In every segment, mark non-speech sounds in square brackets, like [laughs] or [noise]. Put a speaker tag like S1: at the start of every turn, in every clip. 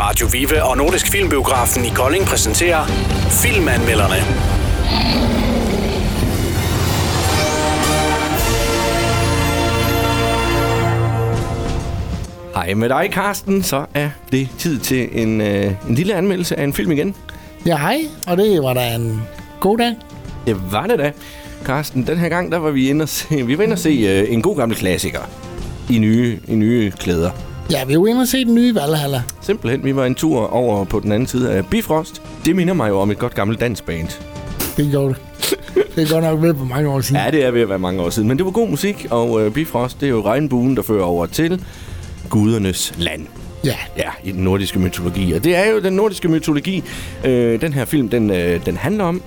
S1: Radio Vive og Nordisk Filmbiografen i Kolding præsenterer Filmanmelderne.
S2: Hej med dig, Karsten. Så er det tid til en, øh, en lille anmeldelse af en film igen.
S3: Ja, hej, og det var da en god dag.
S2: Det var det da. Karsten, den her gang, der var vi inde og se, vi var inde og se øh, en god gammel klassiker i nye, i nye klæder.
S3: Ja, vi er jo inde og se den nye Valhalla.
S2: Simpelthen, vi var en tur over på den anden side af Bifrost. Det minder mig jo om et godt gammelt dansband.
S3: Det gjorde det. Det er godt nok ved på mange år siden.
S2: Ja, det er ved at være mange år siden, men det var god musik, og øh, Bifrost, det er jo regnbuen, der fører over til gudernes land.
S3: Ja,
S2: Ja, i den nordiske mytologi. Og det er jo den nordiske mytologi, øh, den her film, den, øh, den handler om.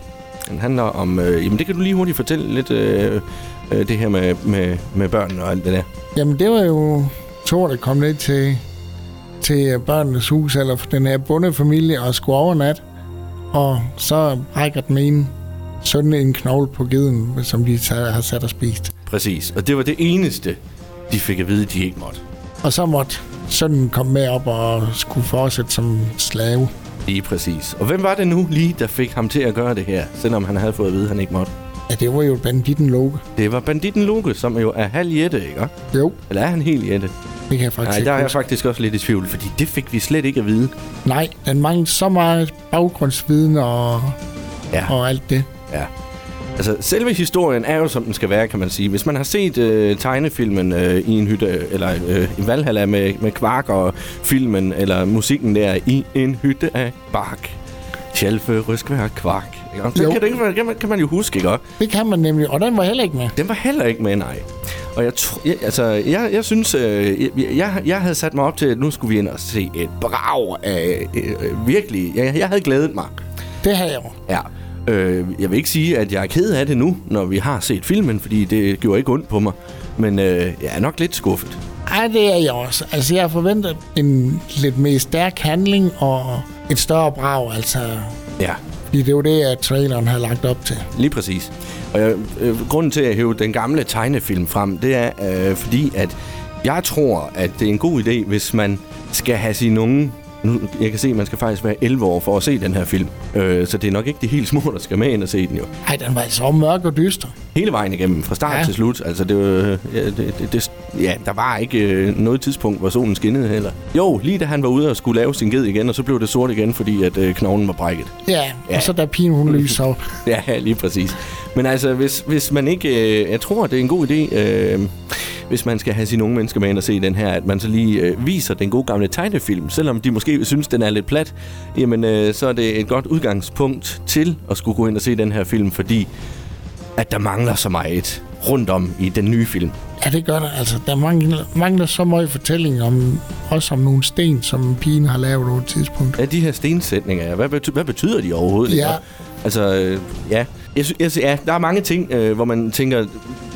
S2: Den handler om... Øh, jamen, det kan du lige hurtigt fortælle lidt, øh, øh, det her med, med, med børn og alt det der.
S3: jamen det var jo Thor, der kom ned til, til øh, børnenes hus, eller den her bondefamilie, og skulle overnat. Og så rækker den ene sådan en knogle på geden, som de sa- har sat og spist.
S2: Præcis. Og det var det eneste, de fik at vide, de ikke måtte.
S3: Og så måtte sønnen komme med op og skulle fortsætte som slave.
S2: Lige præcis. Og hvem var det nu lige, der fik ham til at gøre det her, selvom han havde fået at vide, at han ikke måtte?
S3: Ja, det var jo banditten Loke.
S2: Det var banditten Loke, som jo er halv jætte, ikke?
S3: Jo,
S2: Eller er han helt jætte?
S3: det kan jeg faktisk
S2: Nej,
S3: ikke
S2: der er jeg
S3: huske.
S2: faktisk også lidt i tvivl, fordi det fik vi slet ikke at vide.
S3: Nej, den manglede så meget baggrundsviden og,
S2: Ja.
S3: og alt det.
S2: Ja. Altså, selve historien er jo, som den skal være, kan man sige. Hvis man har set øh, tegnefilmen øh, i en hytte, øh, eller øh, i Valhalla med, med Kvark og filmen, eller musikken der, i en hytte af bark. Tjalfe, Ryskvær, Kvark. Ikke? Så
S3: Jo.
S2: kan, det ikke, være- kan, man, kan man jo huske, ikke?
S3: Det kan man nemlig, og den var heller ikke med.
S2: Den var heller ikke med, nej. Og jeg, tr- jeg altså, jeg, jeg synes, øh, jeg, jeg, jeg havde sat mig op til, at nu skulle vi ind og se et brag af, øh, øh, virkelig, jeg, jeg havde glædet mig.
S3: Det har jeg jo.
S2: Ja. Øh, jeg vil ikke sige, at jeg er ked af det nu, når vi har set filmen, fordi det gjorde ikke ondt på mig. Men øh, jeg er nok lidt skuffet.
S3: Ej, det er jeg også. Altså, jeg forventer en lidt mere stærk handling og et større brag, altså.
S2: Ja,
S3: Fordi det var det, at traileren havde lagt op til.
S2: lige præcis. Og jeg, øh, grunden til, at jeg hævde den gamle tegnefilm frem, det er øh, fordi, at jeg tror, at det er en god idé, hvis man skal have sine unge... Nu, jeg kan se, at man skal faktisk være 11 år for at se den her film. Øh, så det er nok ikke de helt små, der skal med ind og se den jo.
S3: Ej, den var altså også mørk og dyster.
S2: Hele vejen igennem, fra start ja.
S3: Ja.
S2: til slut. Altså, det, var- ja, det, det, det, ja, der var ikke øh, noget tidspunkt, hvor solen skinnede heller. Jo, lige da han var ude og skulle lave sin ged igen, og så blev det sort igen, fordi at øh, knoglen var brækket.
S3: Ja,
S2: Ja.
S3: ja. og så da pigen hun lyser op.
S2: [laughs] Ja, lige præcis. Men altså, hvis, hvis man ikke... Øh, jeg tror, det er en god idé, øh, hvis man skal have sine unge mennesker med ind og se den her, at man så lige øh, viser den gode gamle tegnefilm. Selvom de måske synes, den er lidt plat, jamen, øh, så er det et godt udgangspunkt til at skulle gå ind og se den her film, fordi at der mangler så meget rundt om i den nye film.
S3: Ja, det gør der. Altså, der mangler, mangler så meget fortælling om, også om nogle sten, som pigen har lavet på et tidspunkt.
S2: Ja, de her stensætninger, hvad, bety- hvad betyder de overhovedet?
S3: Ja.
S2: ikke? Altså, øh, ja. Jeg, sy- jeg, sy- ja, der er mange ting, øh, hvor man tænker,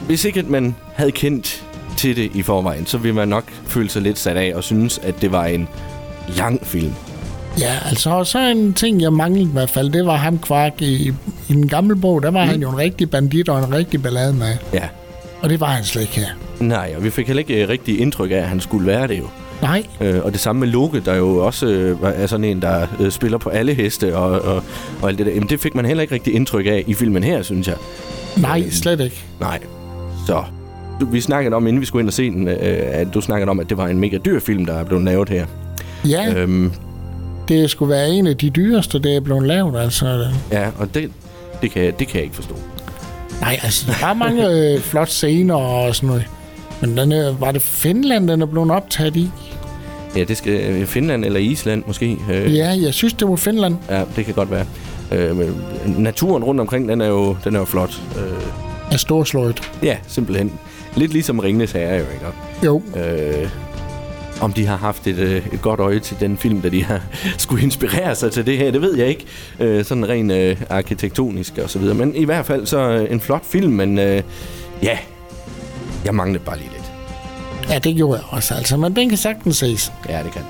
S2: hvis ikke at man havde kendt til det i forvejen, så ville man nok føle sig lidt sat af og synes, at det var en lang film.
S3: Ja, altså, og så en ting, jeg manglede i hvert fald, det var ham kvark i, i den gamle bog. Der var mm. han jo en rigtig bandit og en rigtig ballade med.
S2: Ja.
S3: Og det var han slet ikke her.
S2: Nej, og vi fik heller ikke øh, rigtig indtryk af, at han skulle være det jo.
S3: Nej,
S2: Øh, og det samme med Loke, der jo også øh, er sådan en, der øh, spiller på alle heste og, og, og alt det der. Jamen, det fik man heller ikke rigtig indtryk af i filmen her, synes jeg.
S3: nej, slet ikke.
S2: Nej. Så. Du, vi snakkede om, inden vi skulle ind og se den, øh, at du snakkede om, at det var en mega dyr film, der er blevet lavet her.
S3: Ja, øh.
S2: Øhm,
S3: det skulle være en af de dyreste, der er blevet lavet, altså.
S2: ja, og det, det, kan, jeg- det kan jeg ikke forstå.
S3: Nej, altså, der er [laughs] mange øh, flotte scener og sådan noget. Men den, øh, var det Finland, den er blevet optaget i?
S2: Ja, det skal øh, Finland eller Island måske. Øh,
S3: Ja, jeg synes, det var Finland.
S2: ja, det kan godt være. Øh, men naturen rundt omkring, den er jo, den er jo flot. Øh,
S3: Er storslået.
S2: ja, simpelthen. Lidt ligesom Ringnes Herre, jo ikke?
S3: Jo,
S2: øh, om de har haft et, øh, et godt øje til den film, da de har [laughs] skulle inspirere sig til det her, det ved jeg ikke. Øh, sådan rent øh, arkitektonisk og så videre. Men i hvert fald så øh, en flot film, men øh, ja, jeg manglede bare lige lidt.
S3: ja, det gjorde jeg også, altså. Men den kan sagtens ses.
S2: Ja, det kan.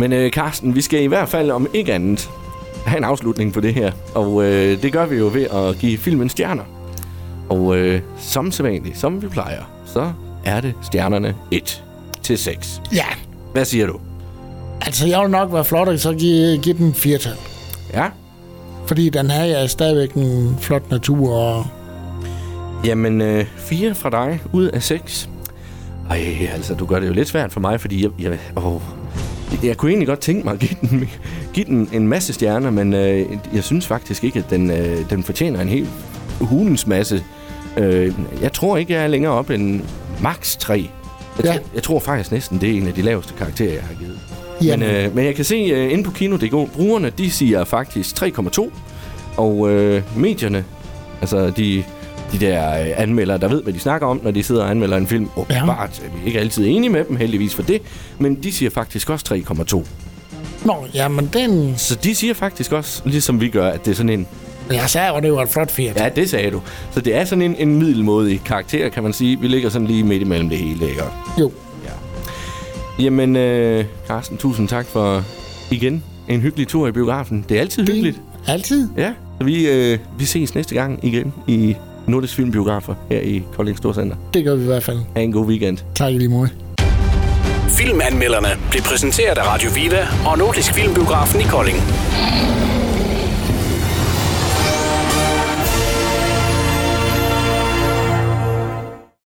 S2: Men øh, Carsten, vi skal i hvert fald om ikke andet have en afslutning på det her. Og øh, det gør vi jo ved at give filmen stjerner. Og øh, som sædvanligt, som vi plejer, så er det stjernerne 1 til 6.
S3: Ja,
S2: Hvad siger du?
S3: Altså, jeg vil nok være flot, og så give, give den firetal.
S2: Ja.
S3: Fordi den her er stadigvæk en flot natur, og
S2: Jamen, øh, fire fra dig ud af seks. Ej, altså, du gør det jo lidt svært for mig, fordi jeg... Jeg, åh, jeg kunne egentlig godt tænke mig at give den, [laughs] give den en masse stjerner, men øh, jeg synes faktisk ikke, at den, øh, den fortjener en hel hulens masse. Øh, jeg tror ikke, jeg er længere op end max 3. Jeg,
S3: Ja.
S2: ja. jeg tror faktisk næsten, det er en af de laveste karakterer, jeg har givet. Men,
S3: Jamen.
S2: øh, men jeg kan se øh, inde på Kino.dk, brugerne, de siger faktisk 3,2. Og øh, medierne, altså de, de der øh, anmeldere, der ved, hvad de snakker om, når de sidder og anmelder en film. Og
S3: Ja.
S2: ja. bare, vi er ikke altid enige med dem, heldigvis for det. Men de siger faktisk også 3,2.
S3: Nå, jamen den...
S2: Så de siger faktisk også, ligesom vi gør, at det er sådan en...
S3: Jeg sagde, at det var et flot firetal.
S2: Ja, det sagde du. Så det er sådan en, en middelmodig karakter, kan man sige. Vi ligger sådan lige midt imellem det hele, ikke?
S3: Jo.
S2: Jamen, øh, Carsten, tusind tak for igen en hyggelig tur i biografen. Det er altid hyggeligt.
S3: Altid.
S2: Ja, så vi, øh, vi ses næste gang igen i Nordisk Filmbiografer her i Kolding Storcenter.
S3: Det gør vi i hvert fald.
S2: Ha' en god weekend.
S3: Tak i lige måde.
S1: Filmanmelderne blev præsenteret af Radio Viva og Nordisk Filmbiografen i Kolding.